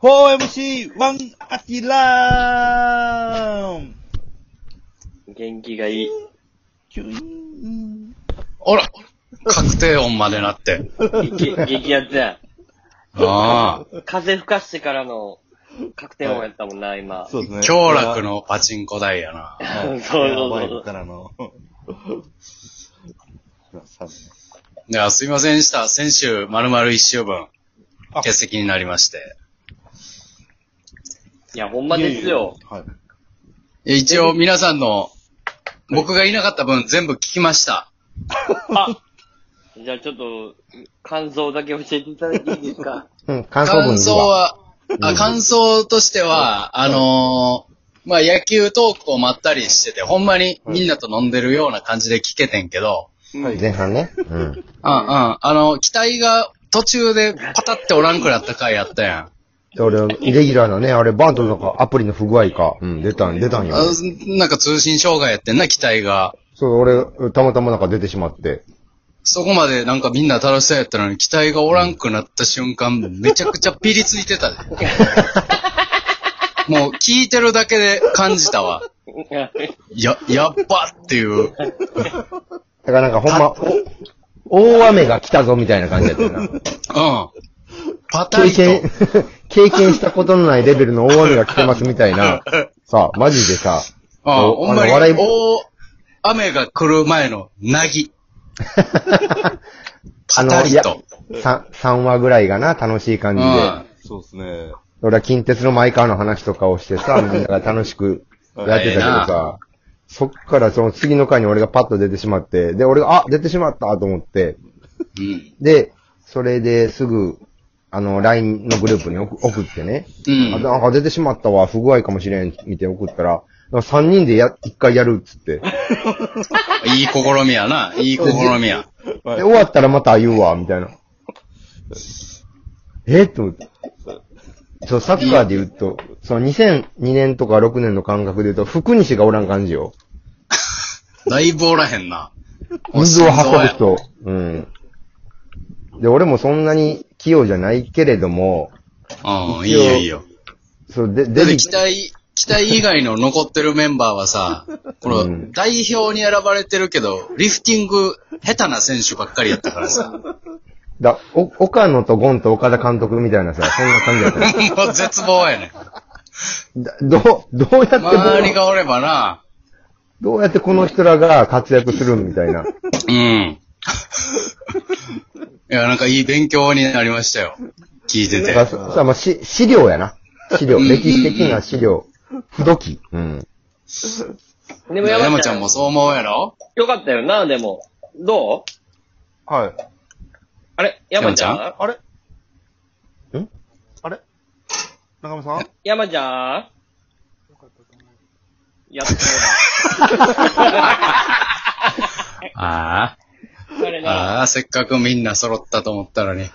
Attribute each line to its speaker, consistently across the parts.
Speaker 1: 4MC1 アキラーン
Speaker 2: 元気がいい。
Speaker 1: キュイーン
Speaker 3: あら確定音までなって。
Speaker 2: 激、激アツや。
Speaker 3: ああ。
Speaker 2: 風吹かしてからの確定音やったもんな、今。
Speaker 1: そうですね。
Speaker 3: 強楽。のパチンコ台やな。
Speaker 1: はい、
Speaker 2: そうそうそう
Speaker 1: やばいからの。さ
Speaker 3: いや、すいませんでした。先週、丸々一週分
Speaker 1: あ、
Speaker 3: 欠席になりまして。
Speaker 2: いや、ほんまですよ。。
Speaker 1: はい。
Speaker 3: いや一応、皆さんの、僕がいなかった分、全部聞きました。
Speaker 2: あじゃあちょっと、感想だけ教えていただいていいですか
Speaker 4: うん、感想文
Speaker 3: 感
Speaker 4: いる
Speaker 3: 想
Speaker 4: わ。
Speaker 3: は、あ感想としては、あのーまあ、野球トークをまったりしてて、ほんまにみんなと飲んでるような感じで聞けてんけど、
Speaker 1: はい。
Speaker 4: 前半ね。うん。
Speaker 3: うんうん。あの、期待が途中でパタっておらんくなった回やったやん。
Speaker 4: で俺、イレギュラーのね、あれ、バントとかアプリの不具合か。うん、出たん、出たんよ。
Speaker 3: あなんか通信障害やってんな、期待が。
Speaker 4: そう、俺、たまたまなんか出てしまって。
Speaker 3: そこまでなんかみんな楽しそうやったのに、期待がおらんくなった瞬間、めちゃくちゃピリついてたで。もう聞いてるだけで感じたわ。や、やっばっていう。
Speaker 4: だからなんかほんま、お大雨が来たぞみたいな感じだった よな。
Speaker 3: うん。パタ
Speaker 4: 経
Speaker 3: リと。
Speaker 4: 験、 経験したことのないレベルの大雨が来てますみた いな。さあ、マジでさ。
Speaker 3: うん、
Speaker 4: お
Speaker 3: ほんまに、
Speaker 4: あの笑い
Speaker 3: 大雨が来る前のなぎ。パタリと。
Speaker 4: 3、三話ぐらいがな、楽しい感
Speaker 3: う
Speaker 4: じで。
Speaker 3: ん。
Speaker 1: そうですね。
Speaker 4: 俺は近鉄のマイカーの話とかをし てさ、みんなが楽しくやってたけどさ、そっからその次の回に俺がパッと出てしまって、で、俺が、あ、出てしまったと思って、
Speaker 3: うん。
Speaker 4: で、それですぐ、あの、LINE のグループに送送ってね、
Speaker 3: うん
Speaker 4: あ、なんか出てしまったわ、不具合かもしれん、見て送ったら、3人でや、一回やるっつって、
Speaker 3: いい試みやな。いい試み や。
Speaker 4: で、終わったらまた言うわ、みたいな。えっと思って。そう、サッカーで言うと、その2002年とか6年の感覚で言うと、福西がおらん感じよ。
Speaker 3: だいぶおらへんな。
Speaker 4: 水を運ぶ人。うん。で、俺もそんなに器用じゃないけれども、
Speaker 3: うん、いいよいいよ。
Speaker 4: そう、で、
Speaker 3: だ
Speaker 4: デ
Speaker 3: って
Speaker 4: ビ
Speaker 3: 期待、期待以外の残ってるメンバーはさ、こ
Speaker 4: う
Speaker 3: の
Speaker 4: ん
Speaker 3: 代表に選ばれてるけど、リフティング下手な選手ばっかりやったからさ、も
Speaker 4: だ、お、岡野とゴンと岡田監督みたいなさ、そんな感じだったね
Speaker 3: う絶望やねん。
Speaker 4: だ どう、どうやっても
Speaker 3: 周りがおればな、
Speaker 4: どうやってこの人らが活躍するみたい な。
Speaker 3: うん。いや、なんかいい勉強になりましたよ。聞いて
Speaker 4: だ
Speaker 3: て
Speaker 4: か。らそさ、まあ、し、資料やな。資料。歴史的な資料。不土器。うん。
Speaker 2: でも
Speaker 3: 山ちゃんもそう思うやろ
Speaker 2: よかったよな、でも。どう
Speaker 1: はい。
Speaker 2: あれ山ちゃ
Speaker 3: 山
Speaker 2: ん
Speaker 1: あれ
Speaker 4: ん
Speaker 1: あれ中村さん
Speaker 2: 山ちゃんやってる
Speaker 3: あ
Speaker 2: な。それ
Speaker 3: あ。
Speaker 2: なら、
Speaker 3: ああ、せっかくみんな揃ったと思ったのに。
Speaker 1: う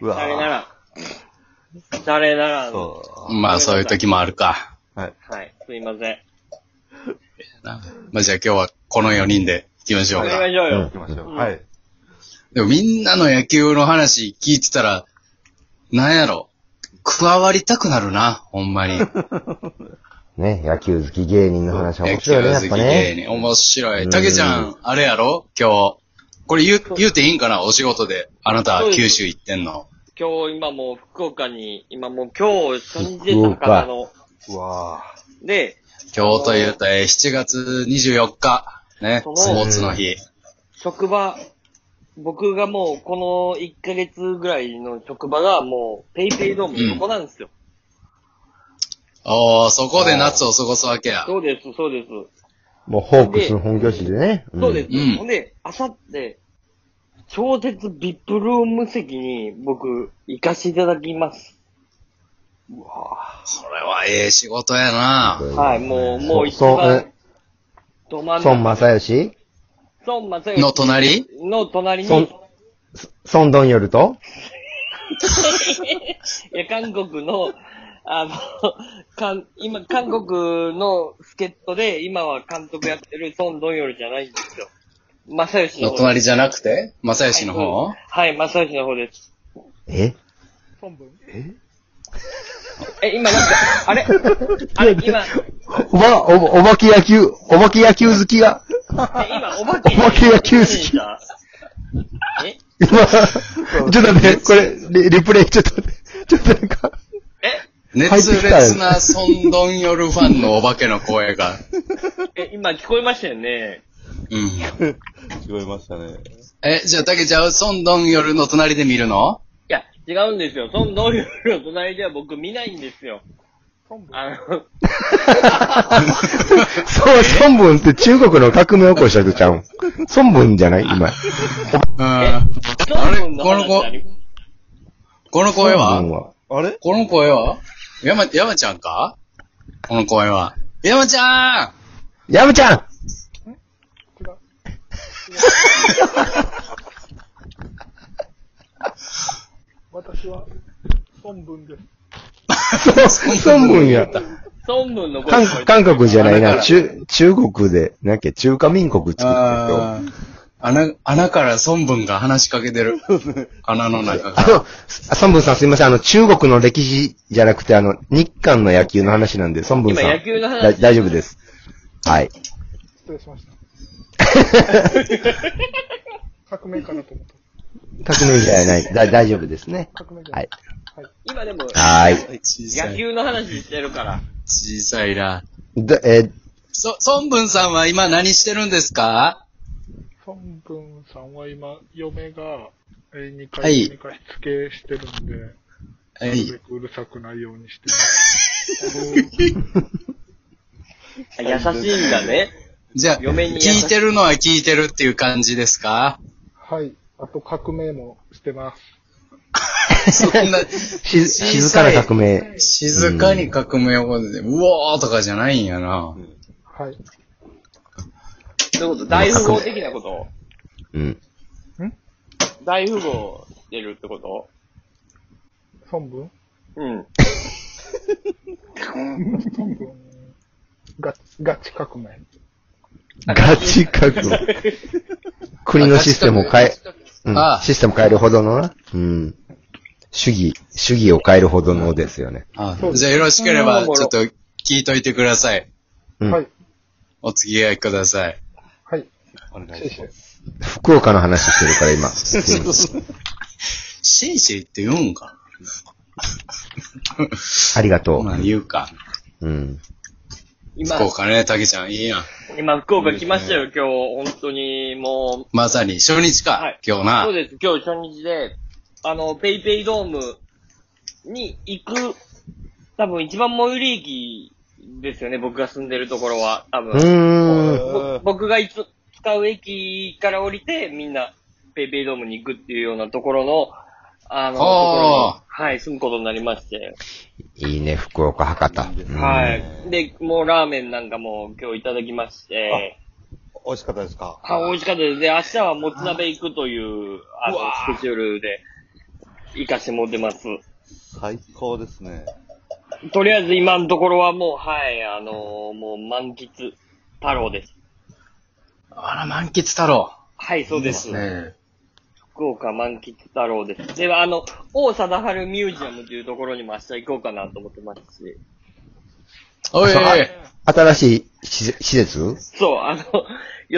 Speaker 2: それな
Speaker 1: わぁ。
Speaker 2: ら、それなら、は
Speaker 1: そ
Speaker 3: まあ、そういう時もあるか。
Speaker 1: う。はい。
Speaker 2: い、すいません。
Speaker 3: なまあ、じゃあ今日はこの4人で行きまし
Speaker 2: や
Speaker 3: ょう
Speaker 2: り
Speaker 3: か
Speaker 2: ま。しょう
Speaker 4: う
Speaker 2: よ
Speaker 4: ん。
Speaker 1: 行きましょう。
Speaker 2: うん
Speaker 1: はい。
Speaker 3: でもみんなの野球の話聞いてたら、なんやろ、加わりたくなるな、ほんまに。
Speaker 4: ね、野球好き芸人の話は
Speaker 3: 野
Speaker 4: 面
Speaker 3: 球
Speaker 4: 白いね、
Speaker 3: 好
Speaker 4: やっ
Speaker 3: き
Speaker 4: ぱ
Speaker 3: 芸
Speaker 4: ね。
Speaker 3: 人。面白
Speaker 4: う
Speaker 3: い。
Speaker 4: ん
Speaker 3: たけちゃん、あれやろ今日。これ言う、言うていいんかなお仕事で。あなた
Speaker 2: そう、です
Speaker 3: 九州行ってんの。
Speaker 2: 今日、今もう福岡に、今もう今日初日でしたからあの、
Speaker 1: うわ
Speaker 2: で、
Speaker 3: 今日というと、えー7月24日。ね、ス
Speaker 2: そ
Speaker 3: ポ
Speaker 2: う
Speaker 3: ーツの日。
Speaker 2: 職場、僕がもうこの1ヶ月ぐらいの職場がもうペイペイドームの横なんですよ。
Speaker 3: おー、そこで夏を過ごすわけや。
Speaker 2: そうです、そうです。
Speaker 4: もう、ホークスの本拠地でね。ん
Speaker 2: そうです。
Speaker 3: うん
Speaker 2: ほんで、あさって、超絶ビップルーム席に僕、行かせていただきます。
Speaker 3: それはええ仕事やな。
Speaker 2: はい、もう、もう一
Speaker 4: そうそう
Speaker 2: 番
Speaker 4: え、
Speaker 2: ど真ん
Speaker 4: 孫
Speaker 2: 中。
Speaker 4: 正義
Speaker 2: 孫正
Speaker 3: の隣
Speaker 2: の隣に、
Speaker 4: 孫孫ドンヨルと
Speaker 2: いや、韓国の、あの、韓今、韓国の助っ人で、今は監督やってる孫ドンヨルじゃないんですよ。正義の
Speaker 3: の
Speaker 2: 方
Speaker 3: 隣じゃなくて正義の方
Speaker 2: はい、正義の方です。
Speaker 4: え
Speaker 2: え、今なんか、あ れあれ今、え
Speaker 4: おば、おば、お化け野球、お化け野球好きが、
Speaker 2: 今、お化け。
Speaker 4: お化け野球好き
Speaker 2: え
Speaker 4: 今、ちょっと待って、これ、リリプレイ、ちょっと待って、ちょっとなん か、
Speaker 3: 熱烈なソンドンヨルファンのお化けの声 が。
Speaker 2: え、今聞こえましたよね。
Speaker 3: うん。
Speaker 1: 聞こえましたね。
Speaker 3: え、じゃあ、たけちゃん、ソンドンヨルの隣で見るの
Speaker 2: いや、違うんですよ。その能力の隣では僕見ないんですよ。あの、
Speaker 4: そう、孫文って中国の革命を起こした人ちゃうん。孫文じゃない今。
Speaker 3: うん。
Speaker 2: ど
Speaker 3: れ
Speaker 2: んどん話になり
Speaker 3: この声は
Speaker 4: 孫文は。
Speaker 1: あれ
Speaker 3: この声は山、山ちゃんかこの声は。山ち ゃ
Speaker 4: やむちゃん
Speaker 5: 私は、本文です。
Speaker 4: そう、孫文や。
Speaker 2: 孫文の声
Speaker 4: 韓
Speaker 2: 聞こえて
Speaker 4: 韓国じゃない
Speaker 3: あだか
Speaker 4: な。
Speaker 3: ら
Speaker 4: 中、中国で、なんやっけ、中華民国作って
Speaker 3: ん
Speaker 4: る人。
Speaker 3: あー穴、穴から孫文が話しかけてる。穴の中
Speaker 4: あ
Speaker 3: か
Speaker 4: の、孫文さんすいません。あの、中国の歴史じゃなくて、あの、日韓の野球の話なんで、孫文さん。
Speaker 2: 今野球の話
Speaker 4: だ大丈夫です。はい。
Speaker 5: 失礼しました。革命かなと 思った。
Speaker 4: 革命じゃない。だ大丈夫ですね。
Speaker 5: 革命じゃな。
Speaker 4: はいい。
Speaker 2: 今でも、
Speaker 4: はー
Speaker 3: ら。 小さ
Speaker 2: 野
Speaker 3: い。
Speaker 2: 球の話してるから。
Speaker 3: 小さいな。
Speaker 4: い。だえー
Speaker 3: そ、孫文さんは今何してるんですか
Speaker 5: 孫文さんは今、嫁が、えー、2回、
Speaker 3: はい
Speaker 5: 2回付けしてるんで、
Speaker 3: は
Speaker 5: なる
Speaker 3: い
Speaker 5: べ。くうるさくないようにしてます。
Speaker 2: あ 優しいんだね。
Speaker 3: じゃあ、
Speaker 2: 嫁に優しい
Speaker 3: 聞いてるのは聞いてるっていう感じですか
Speaker 5: はい。あと、革命もしてます。
Speaker 3: そんな、
Speaker 4: し静かな革命。
Speaker 3: 静かに革命を起こして、うおーとかじゃないんやな。
Speaker 5: はい。
Speaker 2: どういうこと大富豪的なこと
Speaker 4: うん。
Speaker 2: 大富豪してるってこと
Speaker 5: 孫文
Speaker 2: うん。
Speaker 5: 孫文ガチ、ガチ革命。
Speaker 4: ガチ革命。国のシステムを変え、うん
Speaker 3: あ
Speaker 4: システム変えるほどのな。うん。主義、主義を変えるほどのですよね。
Speaker 3: あじゃあよろしければ、ちょっと聞いといてください。
Speaker 4: うん
Speaker 5: はい。
Speaker 3: お付き合いください。
Speaker 5: はい。
Speaker 1: お願
Speaker 5: 失礼
Speaker 1: い
Speaker 5: し
Speaker 1: し
Speaker 5: ま。
Speaker 1: ます
Speaker 4: 福岡の話してるから今。
Speaker 3: シェイシェイって言うんか
Speaker 4: ありがと
Speaker 3: まあ言うか。
Speaker 4: う。うん。
Speaker 2: 今
Speaker 3: 福、岡ね、たけちゃん、いいやん。
Speaker 2: 今福岡来ましたよ、今日。本当に、も
Speaker 3: まさに、初日か、
Speaker 2: はい
Speaker 3: 今日
Speaker 2: う。
Speaker 3: な
Speaker 2: そう。です、今日初日で、あの、ペイペイドームに行く、多分一番最寄り駅ですよね、僕が住んでるところは。多
Speaker 4: う
Speaker 2: 分。
Speaker 4: ーん。
Speaker 2: ぼ僕がいつ使う駅から降りて、みんな、ペイペイドームに行くっていうようなところの、あの、とこ
Speaker 3: あー
Speaker 2: ろに、はい、住むことになりまして。
Speaker 4: いいね、福岡、博多。うん
Speaker 2: はい。で、もうラーメンなんかも今日いただきまして、
Speaker 1: 美味しかったですか
Speaker 2: あ美味しかったです。で、明日はもつ鍋行くという、あの、スケジュールで、行かしてもらってます。
Speaker 1: 最高ですね。
Speaker 2: とりあえず今のところはもう、はい、あのもう満喫、太郎です。
Speaker 3: あら、満喫太郎。
Speaker 2: はい、そうです。
Speaker 3: ね
Speaker 2: 福岡満喫太郎です。では、あの、王貞治ミュージアムというところにも明日行こうかなと思ってますし。
Speaker 3: おいおいおい。
Speaker 4: 新しい施施設
Speaker 2: そう、あの、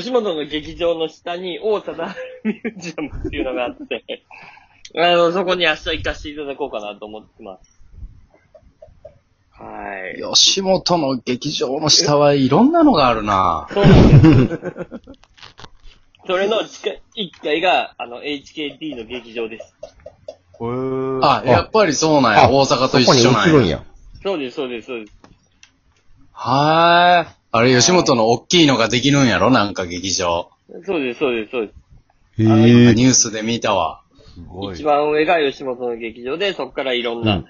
Speaker 2: 吉本の劇場の下に王貞治ミュージアムっていうのがあって、あの、そこに明日行かせていただこうかなと思ってます。はい。
Speaker 3: 吉本の劇場の下はいろんなのがあるな。
Speaker 2: そうなんです。それの地下1階が、あの、HKT の劇場です。
Speaker 1: えー、
Speaker 3: あ、やっぱりそうなんや。大阪と一緒
Speaker 4: そこ
Speaker 3: な
Speaker 4: に移る
Speaker 3: ん
Speaker 4: ん
Speaker 3: や。
Speaker 4: や。
Speaker 2: そうです、そうです、そうです。
Speaker 3: はーい。あれ、吉本の大きいのができるんやろなんか劇場。
Speaker 2: そうです、そうです、そうです。
Speaker 4: へ
Speaker 3: なんか
Speaker 4: ー
Speaker 3: ニュースで見たわ。
Speaker 1: すごい。
Speaker 2: 一番上が吉本の劇場で、そこからいろんな、
Speaker 4: うん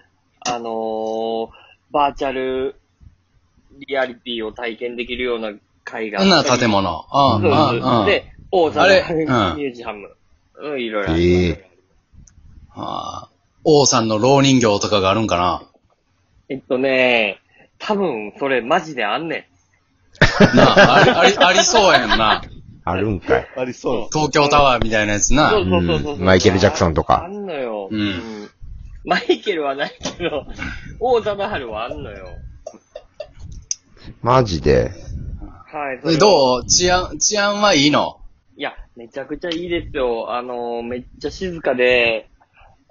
Speaker 2: あのーバーチャルリアリティを体験できるような会が
Speaker 3: あんな建物。う
Speaker 2: そう
Speaker 3: ん、う
Speaker 2: で
Speaker 3: ん、
Speaker 2: す。
Speaker 3: うん。
Speaker 2: で、大
Speaker 3: あれ
Speaker 2: 阪ミ
Speaker 3: うん
Speaker 2: ュージアム。うん、いろいろあります。
Speaker 4: ええ
Speaker 3: ああ、王さんの老人形とかがあるんかな
Speaker 2: えっとね、多分それマジであんね
Speaker 3: なあ、あり、あり、ありそうやんな。
Speaker 4: あるんかい。
Speaker 1: ありそうです。
Speaker 3: 東京タワーみたいなやつ
Speaker 2: ん。
Speaker 3: な
Speaker 2: そ。うそうそうそう
Speaker 4: うんマイケルジャクソンとか
Speaker 2: あんのよ。
Speaker 3: うん
Speaker 2: マイケルはないけど、王貞治はあんのよ。
Speaker 6: マジで。
Speaker 2: はい。
Speaker 3: で
Speaker 2: う
Speaker 3: どう治安、治安はいいの
Speaker 2: いや、めちゃくちゃいいですよ。あの、めっちゃ静かで、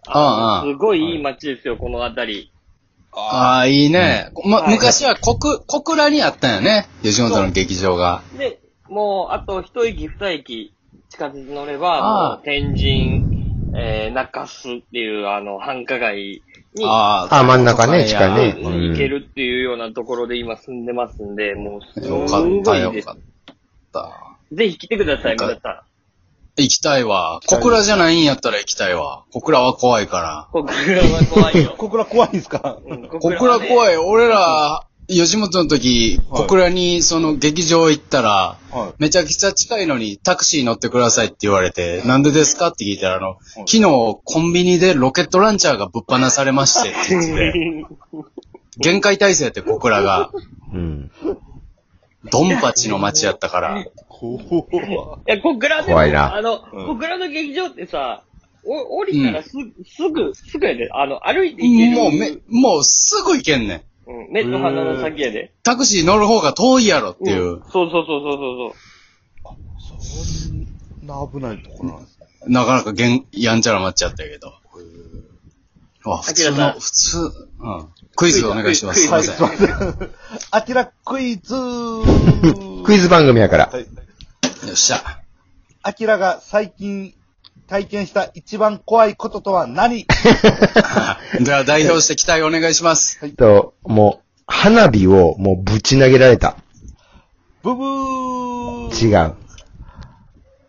Speaker 3: ああ
Speaker 2: のすごいいい街ですよ、この辺り。
Speaker 3: ああ、いいね。ま、
Speaker 2: はい
Speaker 3: 昔は小倉、小倉にあったんよね。吉本の劇場が。
Speaker 2: で、もう、あと一駅二駅、地下鉄乗れば、
Speaker 3: ああ
Speaker 2: もう天神、えー、中洲っていう、あの、繁華街に、
Speaker 3: あ
Speaker 6: あ、真ん中ね、
Speaker 3: そうや
Speaker 6: 近いね。
Speaker 2: うん行けるっていうようなところで今住んでますんで、もう、す
Speaker 3: よかっ
Speaker 2: ご
Speaker 3: た、
Speaker 2: い
Speaker 3: よ
Speaker 2: です
Speaker 3: か。った。
Speaker 2: ぜひ来てください、皆さん。
Speaker 3: 行きたいわ。小倉じゃないんやったら行きたいわ。小倉は怖いから。
Speaker 2: 小倉は怖 いよ。
Speaker 1: 小倉怖いんすか
Speaker 2: うん
Speaker 3: 小倉怖
Speaker 2: い。
Speaker 3: い。俺ら、吉本の時、
Speaker 1: はい
Speaker 3: 小倉にその劇場行ったら、
Speaker 1: は
Speaker 3: めちゃくちゃ近いのにタクシー乗ってくださいって言われて、なんでですかって聞いたら、あの、昨日コンビニでロケットランチャーがぶっ放されま してって言ってて、限界体制って小倉が、
Speaker 6: うん。
Speaker 3: ドンパチの街やった から。
Speaker 1: い。怖
Speaker 2: いや、小倉でも、
Speaker 6: 怖いな
Speaker 2: あの、
Speaker 1: うん
Speaker 2: 小倉の劇場ってさ、お降りたらす,、すぐ、すぐやで。あの、歩いて行ける。
Speaker 3: もうめ、もうすぐ行けんねん。
Speaker 2: うん、目と鼻の先やで。
Speaker 3: タクシー乗る方が遠いやろっていう
Speaker 2: うん。そうそうそうそうそう。
Speaker 1: そんな危ないとこなんですか
Speaker 3: なかなかげん、やんちゃな街やったけど。あ、普通
Speaker 2: 明ら
Speaker 3: の、
Speaker 2: か
Speaker 3: 普通、うん。クイズお願いします。すいません。
Speaker 1: あきらクイズ
Speaker 6: クイズ番組やから。
Speaker 1: はい。
Speaker 3: よっしゃ。
Speaker 1: あきらが最近体験した一番怖いこととは何
Speaker 3: では代表して期待お願いします。
Speaker 6: えっと、もう、花火をもうぶち投げられた。
Speaker 1: ブブー
Speaker 6: 違う。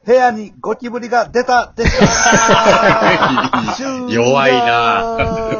Speaker 1: 部屋にゴキブリが出たでした
Speaker 3: 弱いな
Speaker 1: 終了